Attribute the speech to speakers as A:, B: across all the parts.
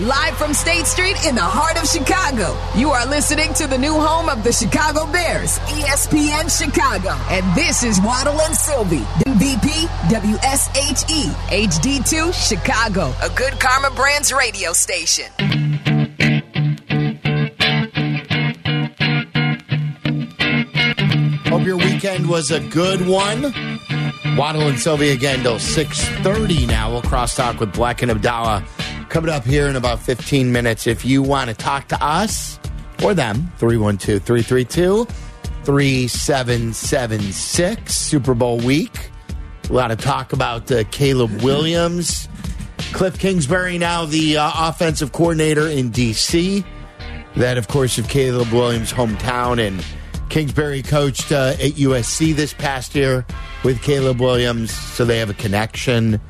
A: Live from State Street in the heart of Chicago, you are listening to the new home of the Chicago Bears, E ESPN Chicago. And this is Waddle and Sylvie, MVP, WSHE, HD2, Chicago, a good Karma Brands radio station.
B: Hope your weekend was a good one. Waddle and Sylvie again till 6.30 now. We'll crosstalk with Black and Abdallah coming up here in about 15 minutes. If you want to talk to us or them, 312-332-3776, Super Bowl week. A lot of talk about uh, Caleb Williams. Cliff Kingsbury now the uh, offensive coordinator in D.C., that, of course, of Caleb Williams' hometown. And Kingsbury coached uh, at USC this past year with Caleb Williams, so they have a connection.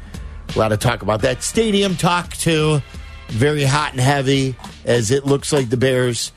B: A lot of talk about that. Stadium talk, too. Very hot and heavy, as it looks like the Bears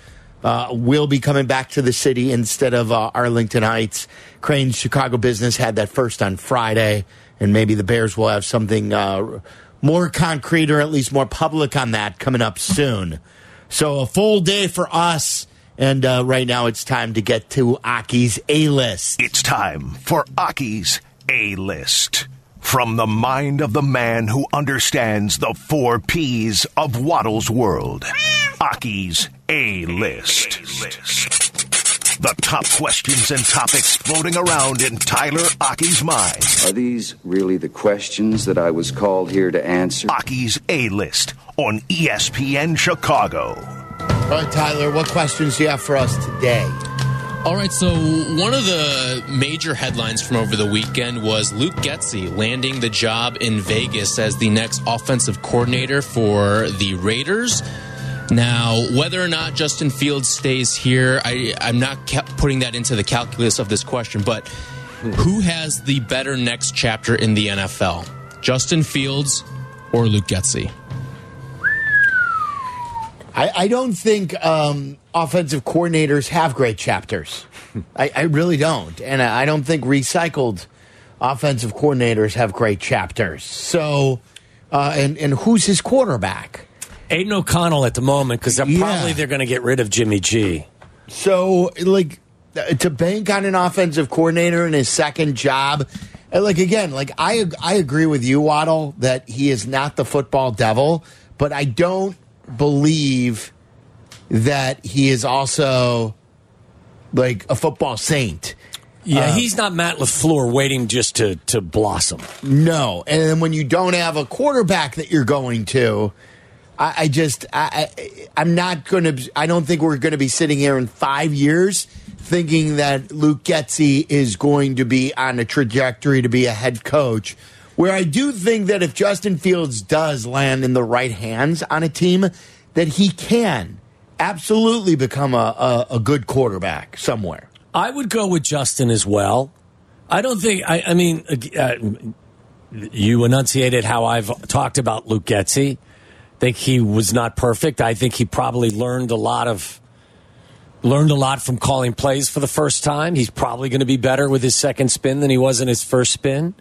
B: uh, will be coming back to the city instead of uh, Arlington Heights. Crane's Chicago business had that first on Friday, and maybe the Bears will have something uh, more concrete or at least more public on that coming up soon. So a full day for us. And uh, right now it's time to get to Aki's A list.
C: It's time for Aki's A List. From the mind of the man who understands the four P's of Waddle's world Aki's A List. The top questions and topics floating around in Tyler Aki's mind.
D: Are these really the questions that I was called here to answer?
C: Aki's A List on E ESPN Chicago.
B: All right, Tyler, what questions do you have for us today?
E: All right, so one of the major headlines from over the weekend was Luke Getzey landing the job in Vegas as the next offensive coordinator for the Raiders. Now, whether or not Justin Fields stays here, I, I'm not ca- putting that into the calculus of this question, but who has the better next chapter in the NFL? Justin Fields or Luke Getzey?
B: I, I don't think um, offensive coordinators have great chapters. I, I really don't. And I I don't think recycled offensive coordinators have great chapters. So, uh, and, and who's his quarterback?
F: Aiden O'Connell at the moment because they're
B: Yeah.
F: probably they're going to get rid of Jimmy G.
B: So, like, uh, to bank on an offensive coordinator in his second job, and, like, again, like, I, ag- I agree with you, Waddle, that he is not the football devil, but I don't believe that he is also, like, a football saint.
F: Yeah, Uh, he's not Matt Lafleur waiting just to to blossom.
B: No. And then when you don't have a quarterback that you're going to, I, I just, I, I, I'm not going to, I don't think we're going to be sitting here in five years thinking that Luke Getzey is going to be on a trajectory to be a head coach. Where I do think that if Justin Fields does land in the right hands on a team, that he can absolutely become a, a, a good quarterback somewhere.
F: I would go with Justin as well. I don't think. I, I mean, uh, uh, you enunciated how I've talked about Luke Getzey. Think he was not perfect. I think he probably learned a lot of learned a lot from calling plays for the first time. He's probably going to be better with his second spin than he was in his first spin.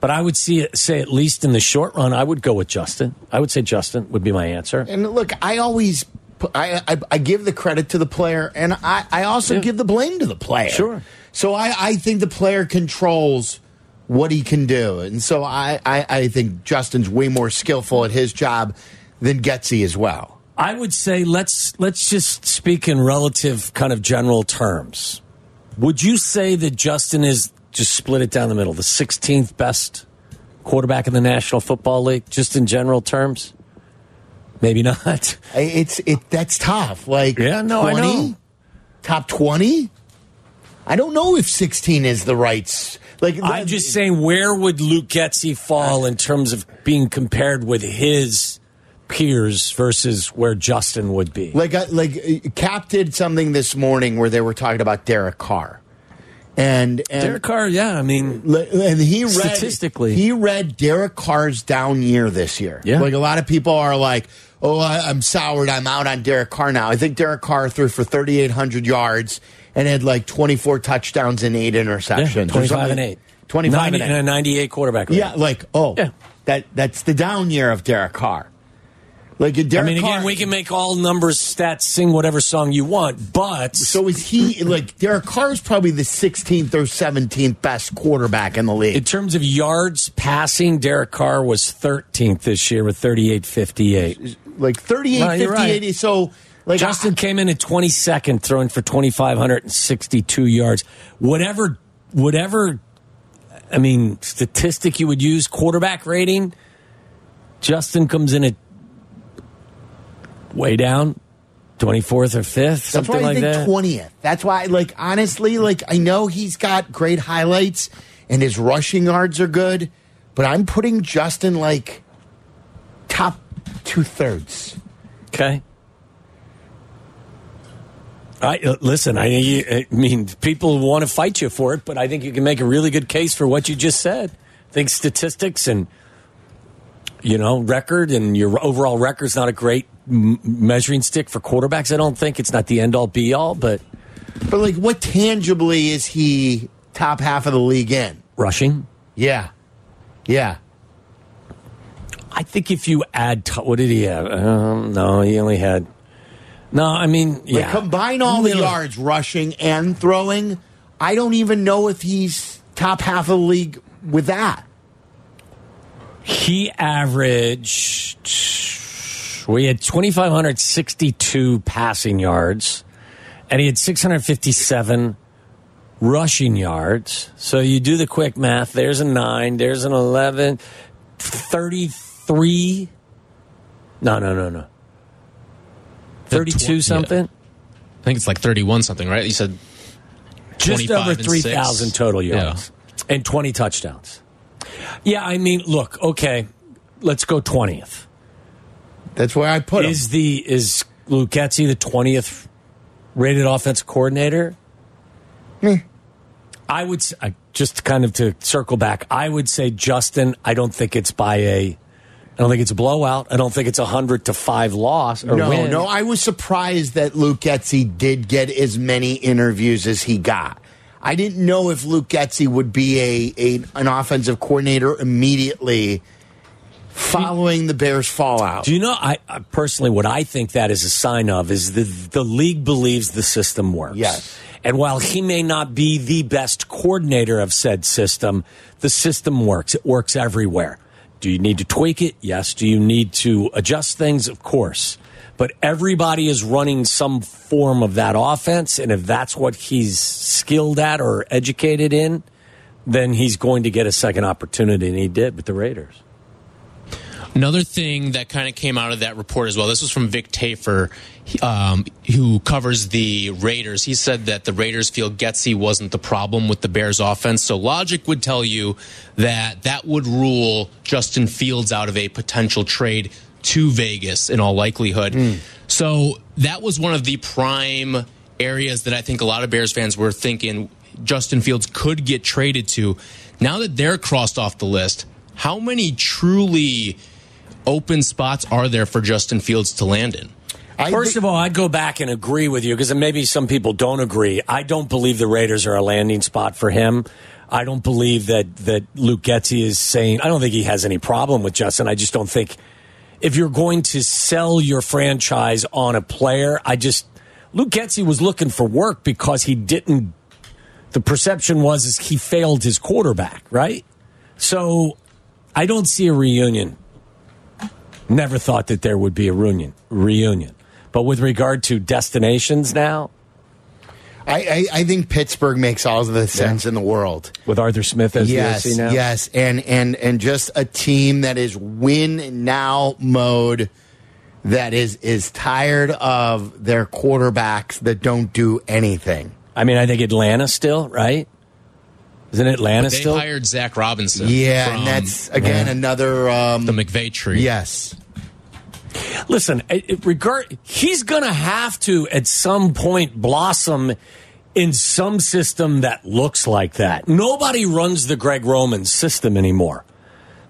F: But I would see say at least in the short run, I would go with Justin. I would say Justin would be my answer.
B: And look, I always pu- I, I, I give the credit to the player, and I, I also give the blame to the player.
F: Sure.
B: So I, I think the player controls what he can do, and so I, I, I think Justin's way more skillful at his job than Getzey as well.
F: I would say let's let's just speak in relative kind of general terms. Would you say that Justin is just split it down the middle, the 16th best quarterback in the National Football League, just in general terms? Maybe not.
B: I- It's it that's tough. Like
F: Yeah, no, I know.
B: top twenty. I don't know if sixteen is the right. s- Like
F: I'm just saying, where would Luke Getzey fall in terms of being compared with his peers versus where Justin would be?
B: Like, I, like uh, Cap did something this morning where they were talking about Derek Carr, and and
F: Derek Carr, yeah, I mean,
B: li- and he read,
F: Statistically.
B: he read Derek Carr's down year this year.
F: Yeah.
B: like a lot of people are like, oh, I, I'm soured. I'm out on Derek Carr now. I think Derek Carr threw for 3,800 yards and had like 24 touchdowns and eight
F: yeah,
B: interceptions. or
F: 25
B: something.
F: and 8.
B: 25
F: 90
B: and eight.
F: a 98 quarterback. rating.
B: Yeah, like oh,
F: Yeah.
B: that that's the down year of Derek Carr. Like a
F: I
B: Derek
F: mean, again,
B: Carr-
F: we can make all numbers, stats, sing whatever song you want, but
B: So is he like Derek Carr is probably the 16th or 17th best quarterback in the league?
F: in terms of yards passing, Derek Carr was 13th this year with 38.58.
B: like 38,
F: No, you're
B: 58.
F: right.
B: So like
F: Justin came in at 22nd, throwing for 2,562 yards. Whatever, whatever, I mean, statistic you would use, quarterback rating, Justin comes in at way down, 24th or 5th,
B: That's why
F: something
B: I
F: like
B: think
F: that.
B: 20th. That's why, like, honestly, like, I know he's got great highlights and his rushing yards are good, but I'm putting Justin, like, top two thirds.
F: Okay. I uh, listen. I, I mean, people want to fight you for it, but I think you can make a really good case for what you just said. I think statistics and you know record and your overall record's not a great m- measuring stick for quarterbacks. I don't think it's not the end all be all, but
B: But, like, what tangibly is he top half of the league in?
F: rushing.
B: Yeah. Yeah.
F: I think if you add, t- what did he have? Um, no, he only had. No, I mean, yeah.
B: Like, combine all the
F: Little-
B: yards, rushing and throwing. I don't even know if he's top half of the league with that.
F: He averaged. We had 2,562 passing yards, and he had 657 rushing yards. So you do the quick math. There's a nine, there's an 11, 33. No, no, no, no.
E: The
F: 32
E: tw-
F: something?
E: I think it's like 31 something, right? You said
F: just
E: 25
F: over
E: and
F: 3,000
E: six.
F: total yards and 20 touchdowns. Yeah, I mean, look, okay, let's go 20th.
B: That's where I put him.
F: Is the is Lucchesi the twentieth rated offensive coordinator? I would s- I, just kind of to circle back. I would say Justin. I don't think it's by a. I don't think it's a blowout. I don't think it's a hundred to five loss or
B: no,
F: win.
B: no. I was surprised that Luke Getzey did get as many interviews as he got. I didn't know if Luke Getzey would be a, a an offensive coordinator immediately following the Bears' fallout.
F: Do you know? I, I personally, what I think that is a sign of is the the league believes the system works.
B: Yes.
F: And while he may not be the best coordinator of said system, the system works. It works everywhere. Do you need to tweak it? Yes. Do you need to adjust things? Of course. But everybody is running some form of that offense, and if that's what he's skilled at or educated in, then he's going to get a second opportunity, and he did with the Raiders.
E: Another thing that kind of came out of that report as well. This was from Vic Tafer, he- um, who covers the Raiders. He said that the Raiders feel Getzey wasn't the problem with the Bears' offense. So logic would tell you that that would rule Justin Fields out of a potential trade to Vegas in all likelihood. So that was one of the prime areas that I think a lot of Bears fans were thinking Justin Fields could get traded to. Now that they're crossed off the list, how many truly open spots are there for Justin Fields to land in?
B: I
F: First
B: thi-
F: of all, I'd go back and agree with you because maybe some people don't agree. I don't believe the Raiders are a landing spot for him. I don't believe that that Luke Getzey is saying. I don't think he has any problem with Justin. I just don't think if you're going to sell your franchise on a player, I just Luke Getzey was looking for work because he didn't. The perception was is he failed his quarterback, right? So I don't see a reunion Never thought that there would be a reunion. Reunion, but with regard to destinations now,
B: I, I, I think Pittsburgh makes all the sense in the world.
F: with Arthur Smith as
B: yes,
F: the OC now,
B: Yes, and and and just a team that is win now mode that is is tired of their quarterbacks that don't do anything.
F: I mean, I think Atlanta still right. Isn't Atlanta
E: They
F: still?
E: hired Zach Robinson.
B: Yeah,
E: from
B: and that's again another um
E: the McVay tree.
B: yes.
F: Listen, it, it regard he's going to have to at some point blossom in some system that looks like that. Nobody runs the Greg Roman system anymore.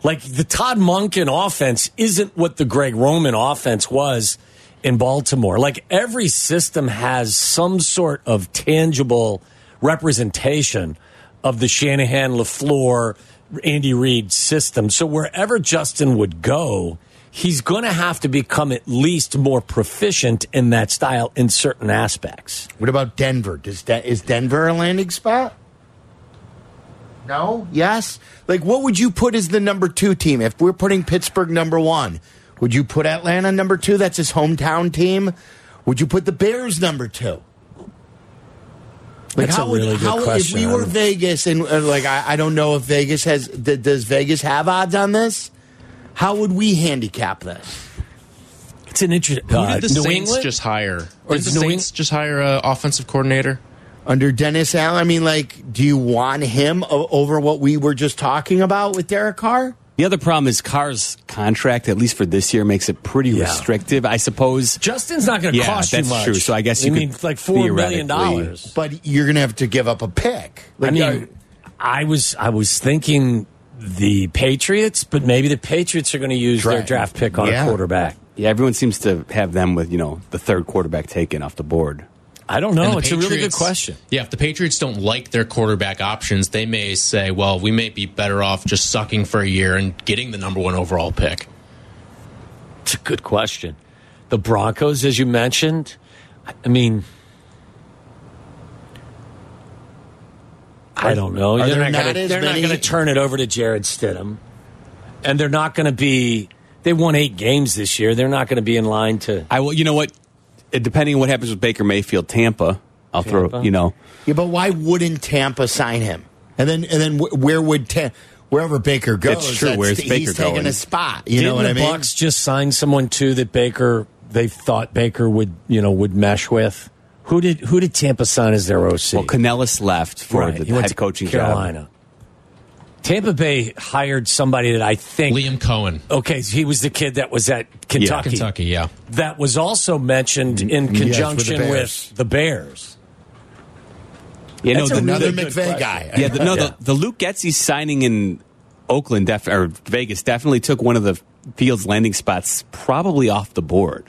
F: Like the Todd Monken offense isn't what the Greg Roman offense was in Baltimore. Like every system has some sort of tangible representation of the Shanahan, LaFleur, Andy Reid system. So wherever Justin would go, he's going to have to become at least more proficient in that style in certain aspects.
B: What about Denver? Does that is Denver a landing spot? No. Yes. Like, what would you put as the number two team if we're putting Pittsburgh number one? Would you put Atlanta number two? That's his hometown team. Would you put the Bears number two? Like
F: That's a
B: how would
F: really good
B: how
F: question.
B: if
F: I
B: we were
F: don't-
B: Vegas and uh, like I, I don't know if Vegas has d- does Vegas have odds on this? How would we handicap this?
F: It's an Uh, interesting.
E: Who did the Saints just hire? Or
F: Did
E: did the
F: New
E: Saints
F: England-
E: just hire an offensive coordinator?
B: under Dennis Allen? I mean, like, do you want him o- over what we were just talking about with Derek Carr?
G: The other problem is Carr's contract, at least for this year, makes it pretty
F: Yeah.
G: restrictive. I suppose
F: Justin's not going to
G: Yeah,
F: cost you
G: that's
F: much.
G: true. So I guess you
F: I
G: could
F: mean, it's like four million
G: theoretically-
F: dollars.
B: But you're going to have to give up a pick. Like,
F: I mean,
B: uh,
F: I was I was thinking the Patriots, but maybe the Patriots are going to use their
B: Right.
F: draft pick on
B: Yeah.
F: a quarterback.
G: yeah, everyone seems to have them with you know the third quarterback taken off the board.
F: I don't know.
E: And the
F: Oh, It's a really good
E: Patriots-
F: question.
E: Yeah, if the Patriots don't like their quarterback options, they may say, well, we may be better off just sucking for a year and getting the number one overall pick.
F: It's a good question. The Broncos, as you mentioned, I- I mean, I don't know.
B: Are
F: They're
B: there
F: not
B: not
F: gonna-
B: as
F: they're not
B: many-
F: going to turn it over to Jared Stidham, and they're not going to be. They won eight games this year. They're not going to be in line to.
G: I will. You know what? Uh, Depending on what happens with Baker Mayfield, Tampa, I'll throw.
F: Tampa?
G: You know,
B: yeah, but why wouldn't Tampa sign him? And then, and then, wh- where would Ta- wherever Baker goes?
G: It's true.
B: that's-
G: Where's
B: he's
G: Baker
B: taking
G: going?
B: a spot. You know
F: Didn't
B: what
F: the
B: I mean?
F: Bucks just sign someone too that Baker they thought Baker would you know would mesh with? Who did who did Tampa sign as their OC?
G: well, Canellis left for
F: Right.
G: the
F: He went
G: head
F: to
G: coaching
F: Carolina. Tampa Bay hired somebody that I think
E: Liam Cohen.
F: Okay, he was the kid that was at Kentucky.
E: Kentucky, yeah.
F: That was also
G: Mm,
F: mentioned in conjunction
B: Bears.
F: with the
G: job.
F: Bears.
G: You know,
F: That's a
G: the,
F: really
B: Another
F: good
B: McVay
F: question.
B: guy.
G: yeah, the, no,
F: Yeah.
G: The, the Luke Getzey signing in Oakland def- or Vegas definitely took one of the field's landing spots, probably off the board.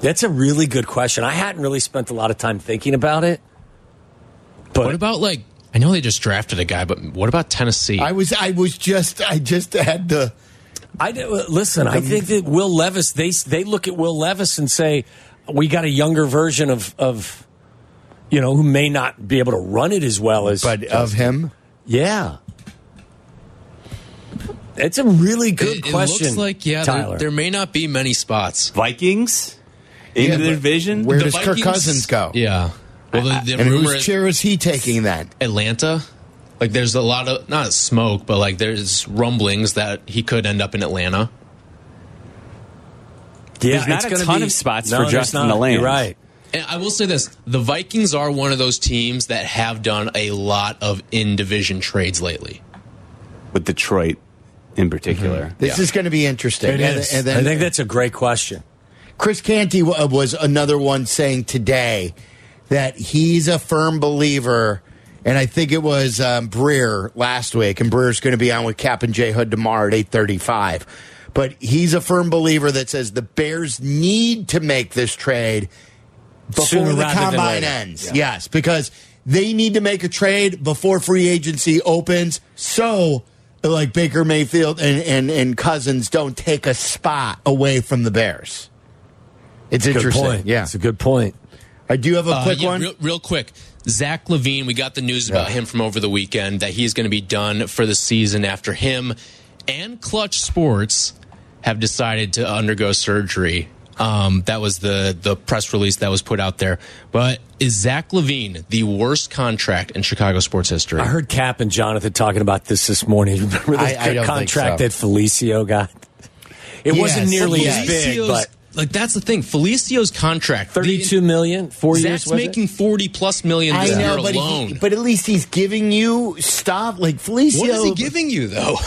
F: That's a really good question. I hadn't really spent a lot of time thinking about it. But
E: What about, like, I know they just drafted a guy, but what about Tennessee?
B: I was, I was just, I just had the.
F: I do- listen. I think that Will Levis. They they look at Will Levis and say, "We got a younger version of of, you know, who may not be able to run it as well as."
B: But of him,
F: yeah, it's a really
E: It-
F: good
E: it,
F: question.
E: looks like, yeah, there-
F: Tyler.
E: There, may not be many spots.
G: Vikings into
B: Yeah,
G: the
B: but
G: division.
B: Where
E: The
B: does Kirk
E: Vikings-
B: Cousins go?
E: Yeah. Well, the, the
B: and
E: rumor
B: whose
E: is
B: chair is he taking then?
E: Atlanta. Like, there's a lot of, not smoke, but like, there's rumblings that he could end up in Atlanta.
F: yeah,
G: there's not
F: it's
G: a
F: gonna
G: ton
F: be-
G: of spots
F: no,
G: for
F: there's
G: Justin
F: not.
G: Lane.
F: You're right.
E: And I will say this: the Vikings are one of those teams that have done a lot of in-division trades lately.
G: with Detroit in particular.
H: Mm-hmm.
B: This is going to be interesting.
F: It
B: and,
F: is.
B: and then
F: I think that's a great question.
B: Chris Canty wa- uh, was another one saying today that he's a firm believer, and I think it was um, Breer last week, and Breer's going to be on with Cap and J Hood tomorrow at eight thirty-five. But he's a firm believer that says the Bears need to make this trade before
F: Sooner
B: the
F: rather than
B: combine
F: later.
B: ends.
F: Yeah.
B: Yes, because they need to make a trade before free agency opens. So, like Baker Mayfield and, and, and Cousins don't take a spot away from the Bears. It's
F: Good
B: interesting.
F: point.
B: Yeah.
F: it's a good point.
B: I do have a
E: Uh,
B: quick
E: yeah,
B: one.
E: real, real quick. Zach Levine, we got the news about him from over the weekend that he's going to be done for the season. After him and Clutch Sports have decided to undergo surgery. Um, that was the the press release that was put out there. But is Zach Levine the worst contract in Chicago sports history?
F: I heard Cap and Jonathan talking about this this morning. Remember the
B: I- I don't
F: contract
B: think so.
F: that Felicio got? It wasn't
B: Yes.
F: nearly
B: Yes.
F: as big,
E: Felicio's-
F: but
E: like that's the thing. Felicio's contract the-
F: thirty-two million, four
E: Zach's
F: years. was it?
E: making forty plus million this
B: I
E: year
B: know, but, he-
E: alone.
B: but at least he's giving you stuff like Felicio.
E: what is he giving you though?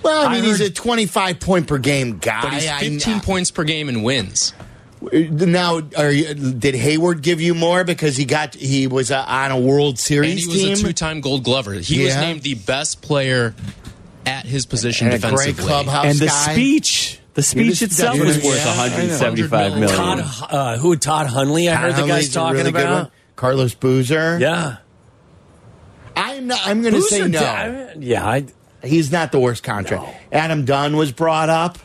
B: Well, I mean,
F: I
B: he's
F: heard-
B: a twenty-five point per game guy.
E: But he's
B: I-
E: fifteen uh, points per game and wins.
B: Now, are you, did Hayward give you more because he got he was uh, on a World Series
E: And he was a
B: team
E: two-time Gold Glover. He was
B: Yeah.
E: named the best player at his position
B: and a
E: defensively.
B: great clubhouse
G: and the
B: guy?
G: speech, the speech
B: this-
G: itself
B: that's-
G: was
B: yeah,
G: worth
B: I know.
G: 175
E: 100 million.
F: Todd,
G: million.
F: uh, who Todd Hunley? I
B: Todd
F: heard the
B: Huntley's
F: guys
B: a
F: talking
B: really good
F: about.
B: one. Carlos Boozer.
F: Yeah,
B: I'm not. I'm going to
F: Who's
B: say
F: the
B: no.
F: guy? Yeah, I,
B: He's not the worst contract. Adam Dunn was brought up.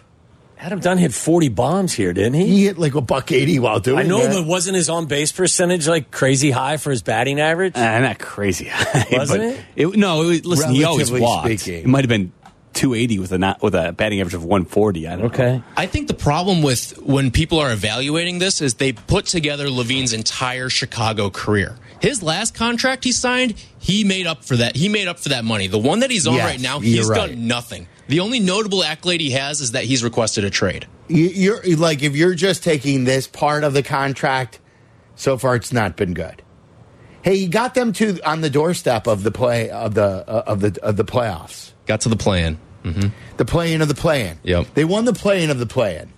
F: Adam Dunn hit 40 bombs here, didn't he?
B: He hit like a buck eighty while doing.
F: I know,
B: that.
F: but wasn't his on base percentage like crazy high for his batting average?
G: Uh, not crazy high,
F: Wasn't
G: but
F: it?
G: No, it was, listen, he always
B: Relatively
G: walked.
B: speaking.
G: It might have been 280 with a not, with a batting average of 140. I don't know.
E: I think the problem with when people are evaluating this is they put together Levine's entire Chicago career. His last contract he signed, he made up for that. He made up for that money. The one that he's on
B: Yes,
E: right now,
B: you're
E: he's
B: right.
E: done nothing. The only notable accolade he has is that he's requested a trade.
B: You- you're like if you're just taking this part of the contract so far it's not been good hey you got them to on the doorstep of the play of the uh, of the of the playoffs
E: Got to the plan.
B: the play-in of the play-in
E: Yep.
B: they won the play-in of the play-in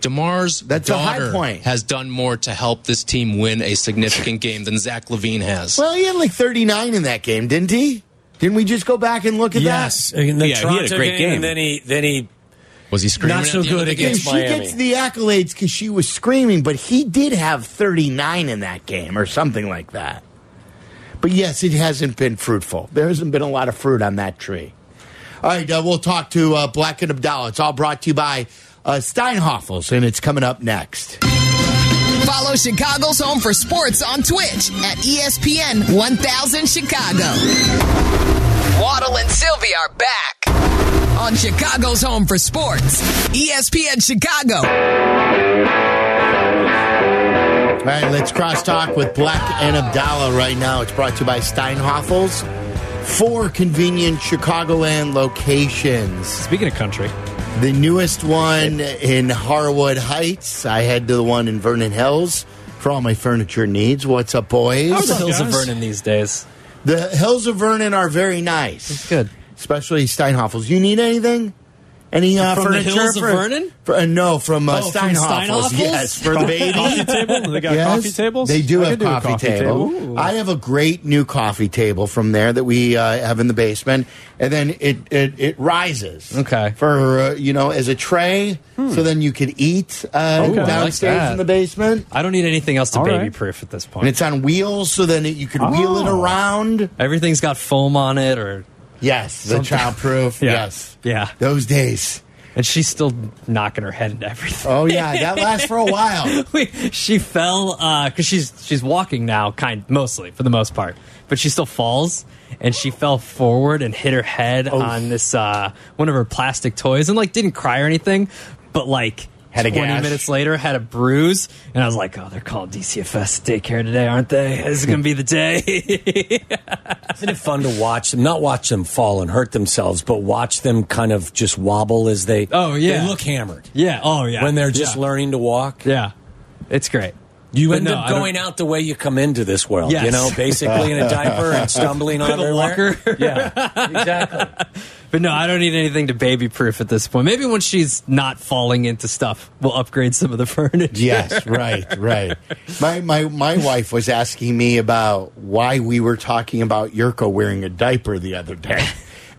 E: DeMar's
B: That's a high
E: daughter
B: point.
E: has done more to help this team win a significant game than Zach Levine has.
B: well he had like 39 in that game didn't he didn't we just go back and look at
F: Yes, and
G: Yeah,
F: then
G: he had a
F: Toronto
G: great
F: And
G: game.
F: then he then he
E: Was he screaming?
F: Not
E: at
F: so
E: the end of
F: good
E: the game?
B: that
F: against
B: she
F: Miami.
B: gets the accolades because she was screaming but he did have 39 in that game or something like that but yes it hasn't been fruitful there hasn't been a lot of fruit on that tree All right, uh, we'll talk to uh, Black and Abdallah. It's all brought to you by uh, Steinhoffels, and it's coming up next.
A: Follow Chicago's Home for Sports on Twitch at E ESPN 1000 Chicago. Waddle and Sylvie are back on Chicago's Home for Sports, E ESPN Chicago.
B: All right, let's crosstalk with Black and Abdallah right now. It's brought to you by Steinhoffels. Four convenient Chicagoland locations.
I: Speaking of country,
B: The newest one in Harwood Heights. I head to the one in Vernon Hills for all my furniture needs. What's up, boys?
I: How's
F: the
I: up,
F: hills of
I: guys?
F: Vernon these days.
B: The hills of Vernon are very nice,
I: good.
B: especially Steinhoffels. You need anything? Any uh,
F: From the
B: furniture
F: hills of
B: for-
F: Vernon?
B: for- uh, no, from uh,
F: Oh, from
B: Steinhoffels.
F: Steinhoffels?
B: Yes, for the baby.
I: coffee table. They got
B: Yes,
I: coffee tables.
B: They do
I: I
B: have
I: could a
B: coffee, table.
I: Ooh.
B: I have a great new coffee table from there that we uh, have in the basement, and then it it, it rises.
I: Okay.
B: for uh, you know as a tray, so then you could eat uh,
I: Okay. I like
B: downstairs
I: that.
B: in the basement,
I: I don't need anything else to
G: All right.
I: baby proof at this
B: and
I: point.
B: it's on wheels, so then it, you could wheel
I: Oh.
B: it around.
I: Everything's got foam on it, or
B: Yes, the childproof.
I: Yeah.
B: Yes,
I: Yeah.
B: those days.
I: and she's still knocking her head into everything.
B: Oh yeah, that lasts for a while.
I: she fell because she's she's walking now, kind mostly for the most part, but she still falls. And she fell forward and hit her head on this uh, one of her plastic toys, and like didn't cry or anything, but like
B: Had a
I: twenty
B: gash.
I: minutes later had a bruise, and I was like, "Oh, they're calling DCFS daycare today, aren't they? This is gonna be the day."
F: Isn't it fun to watch them? Not watch them fall and hurt themselves, but watch them kind of just wobble as they.
I: Oh, yeah.
F: they look hammered
I: yeah. Oh yeah.
F: when they're just
I: yeah.
F: learning to walk.
I: Yeah, it's great.
F: You
I: But
F: end
I: no,
F: up
I: I don't-
F: going out the way you come into this world. You
I: Yes.
F: know, basically in a diaper and stumbling on
I: With a
F: everywhere.
I: walker.
F: Yeah, exactly.
I: But no, I don't need anything to baby proof at this point. Maybe when she's not falling into stuff, we'll upgrade some of the furniture.
B: Yes, right, right. My my my wife was asking me about why we were talking about Yurko wearing a diaper the other day.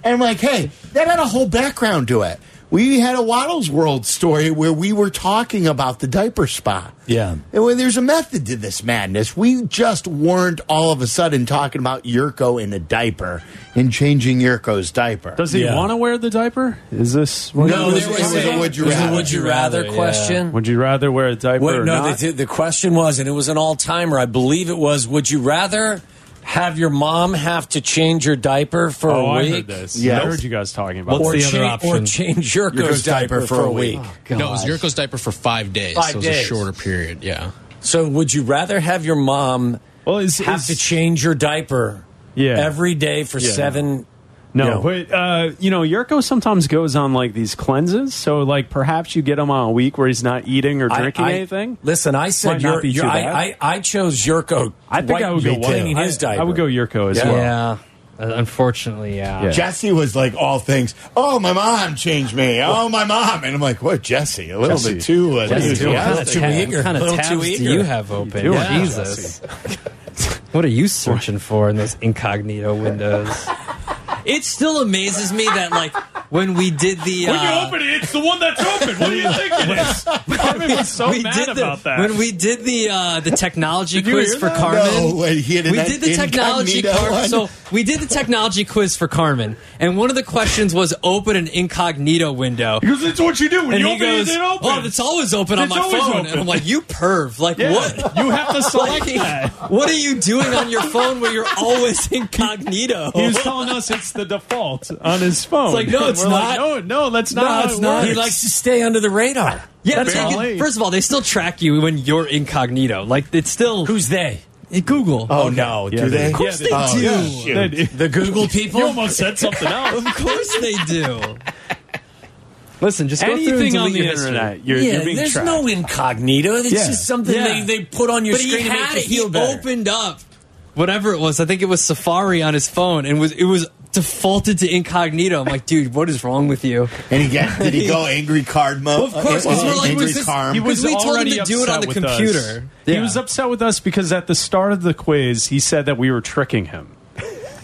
B: And I'm like, hey, that had a whole background to it. We had a Waddles World story where we were talking about the diaper spa.
F: Yeah.
B: And when there's a method to this madness, we just weren't all of a sudden talking about Yurko in a diaper and changing Yurko's diaper.
H: Does he
F: Yeah.
H: want to wear the diaper? Is this what
B: No,
H: it
B: there was a would you
F: it was a
B: rather.
F: would you rather
I: Yeah.
F: question.
H: Would you rather wear a diaper
F: Wait,
H: or
F: no,
H: not?
F: the, the question was, and it was an all timer. I believe it was. Would you rather have your mom have to change your diaper for a
H: oh, I
F: week,
H: heard this.
B: Yes.
H: I heard you guys talking about
I: What's
F: or,
I: the
H: this.
I: other
F: cha- or
I: option?
F: change your diaper, for a week?
E: No, it was Yurko's diaper for five days. so
F: Five
E: it was a
F: days.
E: shorter period. Yeah.
F: So, would you rather have your mom
H: Well, is-
F: have
H: is-
F: to change your diaper
H: Yeah.
F: every day for seven?
H: No,
F: No.
H: but uh, you know, Yurko sometimes goes on like these cleanses, so like perhaps you get him on a week where he's not eating or
F: I-
H: drinking
F: I-
H: anything.
F: Listen, I said
H: Might not
F: your,
H: be
F: your,
H: too
F: I,
H: bad.
F: I, I chose Yurko.
H: I think
F: white-
H: I would go
F: cleaning
H: Yurko.
F: his
H: I-
F: diaper.
H: I would go Yurko as
F: Yeah.
H: well.
I: Yeah, Uh, unfortunately, yeah.
H: Yeah.
B: Jesse was like all things. Oh, my mom changed me. Oh, my mom, and I'm like, what, Jesse? A little
H: Jesse.
B: bit too. Uh,
I: Jesse,
B: enthusiastic.
I: what kind of
F: too
I: tab-
F: eager.
I: What kind
F: A
I: of
F: little
I: tabs
F: too
I: do
F: eager.
I: you have open?
H: Doing it.
I: Jesus, what are you searching for in those incognito windows? It still amazes me that like when we did the.
H: When
I: uh,
H: you open it, it's the one that's open. What do you think it is? Carmen was so
I: we
H: mad
I: did the,
H: about that.
I: when we did the uh, the technology
H: you
I: quiz
H: hear
I: for
H: that?
I: Carmen.
B: No, wait, he had an
I: we did the technology
B: incognito
I: car-
B: one?
I: so we did the technology quiz for Carmen, and one of the questions was open an incognito window.
H: because it's what you do when
I: And
H: you
I: he
H: open
I: goes,
H: it. It opens.
I: "Oh, it's always open
H: It's
I: on my
H: always
I: phone,"
H: open.
I: and I'm like, "You perv! Like
H: Yeah.
I: what?"
H: You have to select
I: Like,
H: that.
I: what are you doing on your phone where you're always incognito?
H: He was telling us it's the default on his phone.
I: It's like, no, it's
H: We're like,
I: not.
H: no, no, that's not.
I: No,
H: how
I: it's
H: it
I: not.
H: works.
F: He likes to stay under the radar.
I: yeah,
H: That's
I: they
H: all.
I: can- first of all, they still track you when you're incognito. Like it's still
F: Who's they?
I: Google.
B: Oh no, do they?
H: Of course
I: they do.
H: They do.
F: The Google people?
H: You almost said something else.
I: Of course they do. Listen, just go through and
H: Anything on
I: delete
H: the
I: your history.
H: internet, you're,
F: yeah,
H: you're being
F: there's
H: tracked.
F: no incognito. It's
H: Yeah.
F: just something
I: Yeah.
F: they, they put on your
I: But
F: screen
I: he
F: to make
I: had
F: you
I: it. He
F: feel better.
I: opened up whatever it was. I think it was Safari on his phone, and was it was defaulted to incognito. I'm like, dude, what is wrong with you?
B: And he got, did he go angry card mode?
I: Of course, 'cause we're like,
B: angry
I: was this-
B: Carm?
H: He was
I: Because we told him
H: already
I: to do it
H: upset
I: on the
H: with us.
I: computer.
H: He
I: Yeah.
H: was upset with us because at the start of the quiz, he said that we were tricking him,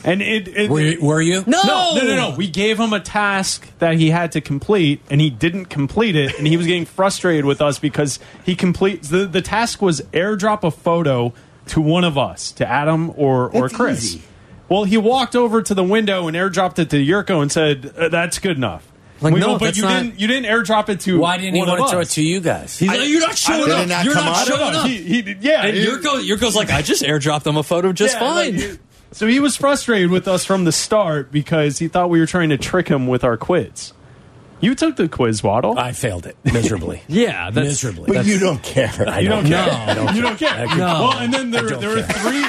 H: and it. it
F: Were you? Were you?
I: No,
H: no, no, no, no. We gave him a task that he had to complete, and he didn't complete it, and he was getting frustrated with us because he completes the the task was airdrop a photo to one of us, to Adam or or
B: That's
H: Chris.
B: easy.
H: Well, he walked over to the window and airdropped it to Yurko and said, uh, "That's good enough."
I: Like,
H: We
I: no,
H: go, but
I: that's
H: you
I: not-
H: didn't. You didn't airdrop it to.
F: Why didn't he
H: one of
F: want to throw it
H: us.
F: to you guys?
I: He's like, you're not showing
B: did it
I: up.
B: not
I: you're
B: come
I: not
B: up?
H: I don't
I: showing
H: know.
I: up.
H: He, he did- yeah,
I: and
H: it-
I: Yurko, Yurko's like, I just airdropped him a photo just
H: yeah, like,
I: fine.
H: it- so he was frustrated with us from the start because he thought we were trying to trick him with our quiz. You took the quiz, Waddle.
F: I failed it miserably.
I: yeah, that's
F: miserably.
B: but you don't care.
F: I
H: you don't, care.
I: No, I
H: you don't care.
F: I don't-
H: Well, and then there,
F: don't
H: there were three.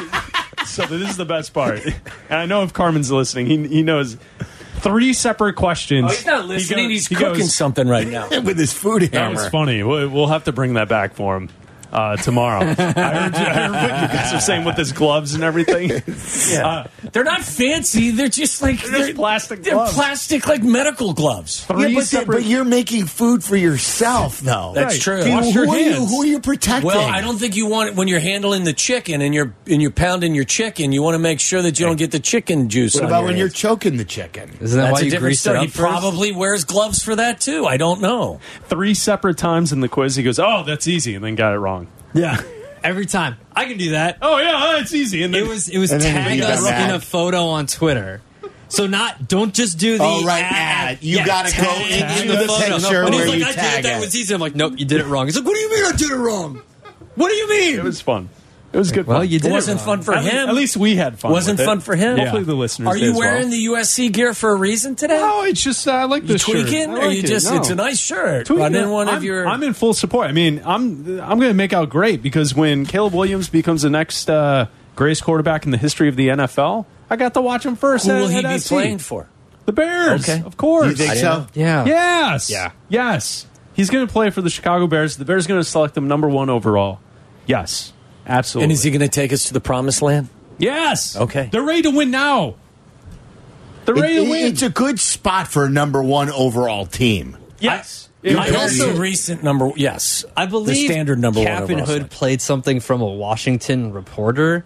H: so this is the best part. And I know if Carmen's listening, he, he knows three separate questions.
F: Oh, he's not
H: He
F: listening.
H: goes-
F: he's
H: he
F: cooking
H: goes,
F: something right now.
B: with his food
H: That
B: hammer.
H: was funny. We'll, we'll have to bring that back for him uh, tomorrow. I, heard you, I heard what you guys are saying with his gloves and everything. yeah.
F: They're not fancy. They're just like
H: just
F: they're
H: plastic
F: They're
H: gloves.
F: plastic like medical gloves.
H: three
B: yeah, but, the-
H: separate.
B: but you're making food for yourself, though.
F: That's true.
B: Dude,
H: Wash
B: who,
H: your
B: are you,
H: hands.
B: who are you protecting?
F: Well, I don't think you want it when you're handling the chicken and you're and you're pounding your chicken. You want to make sure that you don't get the chicken juice.
B: What
F: on
B: about
F: your
B: when you're
F: hands.
B: choking the chicken?
I: Isn't that
F: That's
I: why
F: a
I: you
F: different
I: greased it
F: story.
I: up
F: He
I: first?
F: probably wears gloves for that too. I don't know.
H: three separate times in the quiz. He goes, "Oh, that's easy," and then got it wrong.
I: Yeah, every time I can do that.
H: Oh yeah, it's easy. And then
I: It was it was
B: And then
I: tag
B: you got
I: us
B: mad.
I: in a photo on Twitter. So not don't just do the
B: Oh, right,
I: ad.
B: ad. You gotta
I: tag
B: go
I: it
B: into the picture
I: and
B: where
I: he's like,
B: you
I: I
B: tag
I: did it. That
B: it."
I: was easy. I'm like, nope, you did it wrong. He's like, what do you mean I did it wrong? What do you mean?
H: it was fun. It was good.
I: well,
H: fun.
I: you
F: It
I: did
F: wasn't
I: wrong.
F: fun for
H: at
F: him.
H: least, at least we had fun.
F: wasn't
H: with it.
F: fun for him.
H: Hopefully, the listeners.
F: Are
H: did
F: you
H: as
F: wearing
H: well.
F: the USC gear for a reason today?
H: No, it's just uh, I like
F: you
H: this shirt.
F: tweaking?
H: I
F: or
H: like
F: you
H: it.
F: just?
H: No.
F: It's a nice shirt.
H: Tweaking.
F: Run in one
H: I'm,
F: of your.
H: I'm in full support. I mean, I'm I'm going to make out great because when Caleb Williams becomes the next uh, greatest quarterback in the history of the NFL, I got to watch him first.
F: who
H: at-
F: will he
H: at
F: be
H: SC.
F: playing for?
H: The Bears,
F: Okay.
H: of course.
B: You think so?
I: yeah.
H: Yes.
I: Yeah.
H: Yes. He's going to play for the Chicago Bears. The Bears are going to select him number one overall. Yes. Absolutely.
F: And is he going to take us to the promised land?
H: yes.
F: Okay.
H: They're ready to win now. They're ready
B: It-
H: to
B: it-
H: win.
B: it's a good spot for a number one overall team.
H: yes.
B: You
H: It-
F: I
B: Compared
F: also
B: to-
F: recent number. Yes,
I: I believe
F: the standard number one
I: Captain
F: overall
I: Hood
F: selection.
I: played something from a Washington reporter,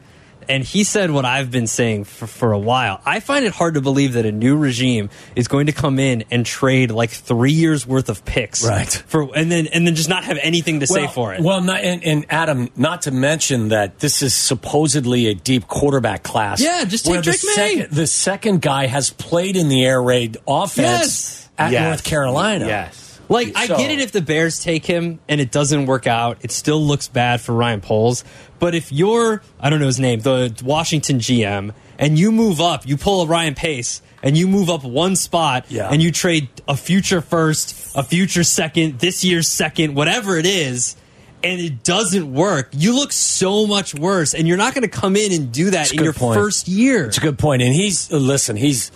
I: and he said what I've been saying for, for a while. I find it hard to believe that a new regime is going to come in and trade like three years worth of picks,
F: Right.
I: For and then and then just not have anything to say
F: well,
I: for it.
F: Well, not, and, and Adam, not to mention that this is supposedly a deep quarterback class.
I: Yeah, just take
F: where
I: Drake
F: the
I: May.
F: Second, the second guy has played in the air raid offense
I: Yes.
F: at
B: Yes.
F: North Carolina.
B: Yes.
I: Like I
F: So-
I: get it if the Bears take him and it doesn't work out, it still looks bad for Ryan Poles. But if you're I don't know his name, the Washington GM, and you move up, you pull a Ryan Pace and you move up one spot
F: Yeah.
I: and you trade a future first, a future second, this year's second, whatever it is, and it doesn't work, you look so much worse and you're not gonna come in and do that
F: a
I: in
F: good
I: your
F: point.
I: first year.
F: It's a good point, and he's uh, listen. He's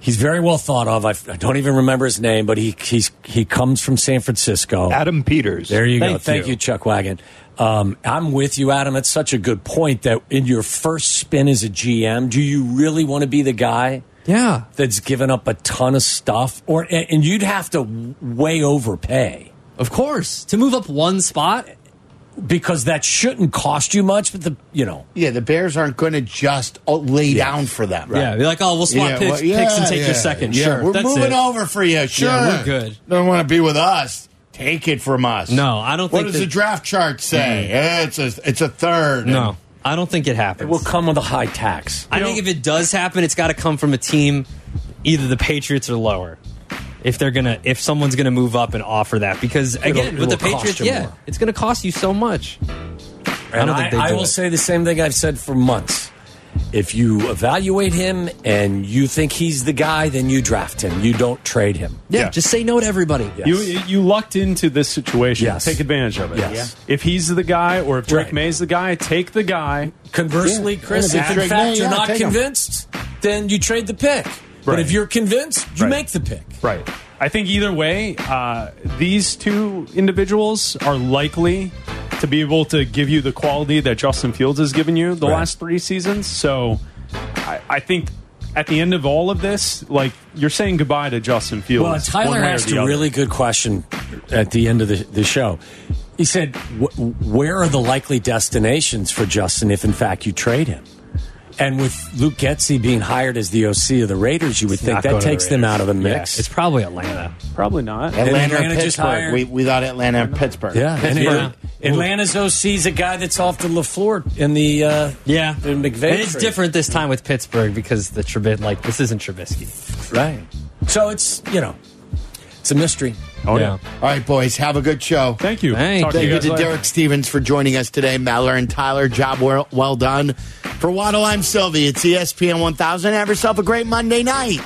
F: he's very well thought of. I, I don't even remember his name, but he he's he comes from San Francisco.
J: Adam Peters.
F: There you go.
I: Thank
F: Thank you,
I: you.
F: Chuck Wagon. Um, I'm with you, Adam. It's such a good point that in your first spin as a GM, do you really want to be the guy?
I: Yeah.
F: that's given up a ton of stuff, or and and you'd have to way overpay.
I: Of course. To move up one spot
F: because that shouldn't cost you much. But the you know,
B: Yeah, the Bears aren't going to just uh, lay down for them.
I: Yeah, they're like, oh, we'll swap
B: Yeah,
I: picks,
B: well, yeah,
I: picks and take
B: yeah,
I: your second.
B: yeah.
I: sure,
B: we're
I: that's
B: moving
I: it.
B: over for you. Sure,
I: Yeah, we're good.
B: Don't want to be with us. Take it from us.
I: No, I don't
B: What
I: think
B: does
I: that- Mm.
B: the draft chart say? Eh, It's a it's a third.
I: No, I don't think it
F: it
I: happens.
F: will come with a high tax.
I: I think if it does happen, it's got to come from a team, either the Patriots or lower. If they're gonna, if someone's gonna move up and offer that, because again,
F: it
I: with the
F: will cost
I: Patriots,
F: you
I: yeah,
F: more.
I: it's gonna cost you so much.
F: And I,
I: don't think they
F: I
I: do
F: will
I: it.
F: say the same thing I've said for months. If you evaluate him and you think he's the guy, then you draft him. You don't trade him.
I: Yeah, just say no to everybody.
F: Yes.
H: You you lucked into this situation.
F: Yes.
H: Take advantage of it.
F: Yes.
H: If he's the guy or if Drake
F: Right.
H: May's the guy, take the guy.
F: Conversely,
B: Yeah.
F: Chris,
B: Yeah,
F: if in
B: Drake
F: fact
B: May,
F: you're
B: yeah,
F: not
B: take him.
F: convinced, then you trade the pick. But
H: Right.
F: if you're convinced, you
H: Right.
F: make the pick.
H: Right. I think either way, uh, these two individuals are likely to be able to give you the quality that Justin Fields has given you the
F: Right.
H: last three seasons. So I, I think at the end of all of this, like you're saying goodbye to Justin Fields.
F: Well,
H: one
F: Tyler
H: way or
F: asked
H: the
F: a
H: other.
F: really good question at the end of the, the show. He said, "Wh- Where are the likely destinations for Justin if, in fact, you trade him? And with Luke Getzey being hired as the OC of the Raiders, you would think
I: not go
F: that
I: to the
F: takes them
I: Raiders.
F: out of the
I: Yeah,
F: mix.
I: it's probably Atlanta.
H: probably not.
B: Atlanta,
F: Atlanta
B: or
F: just
B: Pittsburgh.
F: hired-
B: We, we thought Atlanta and Pittsburgh.
F: Yeah, and
B: Pittsburgh.
F: Atlanta- Atlanta's OC is a guy that's off the Lafleur in the uh,
I: Yeah,
F: the McVay.
I: And it's
F: trade.
I: different this time with Pittsburgh because the Trubis, like this isn't Trubisky.
F: right? So it's you know, it's a mystery.
H: Oh, yeah.
B: All right, boys. Have a good show.
H: Thank you.
I: Hey,
H: Talk to
B: Thank you
H: guys
B: to
H: later.
B: Derek Stevens for joining us today. Maller and Tyler, job E well, well done. For Waddle, I'm Sylvie. It's ESPN 1000. Have yourself a great Monday night.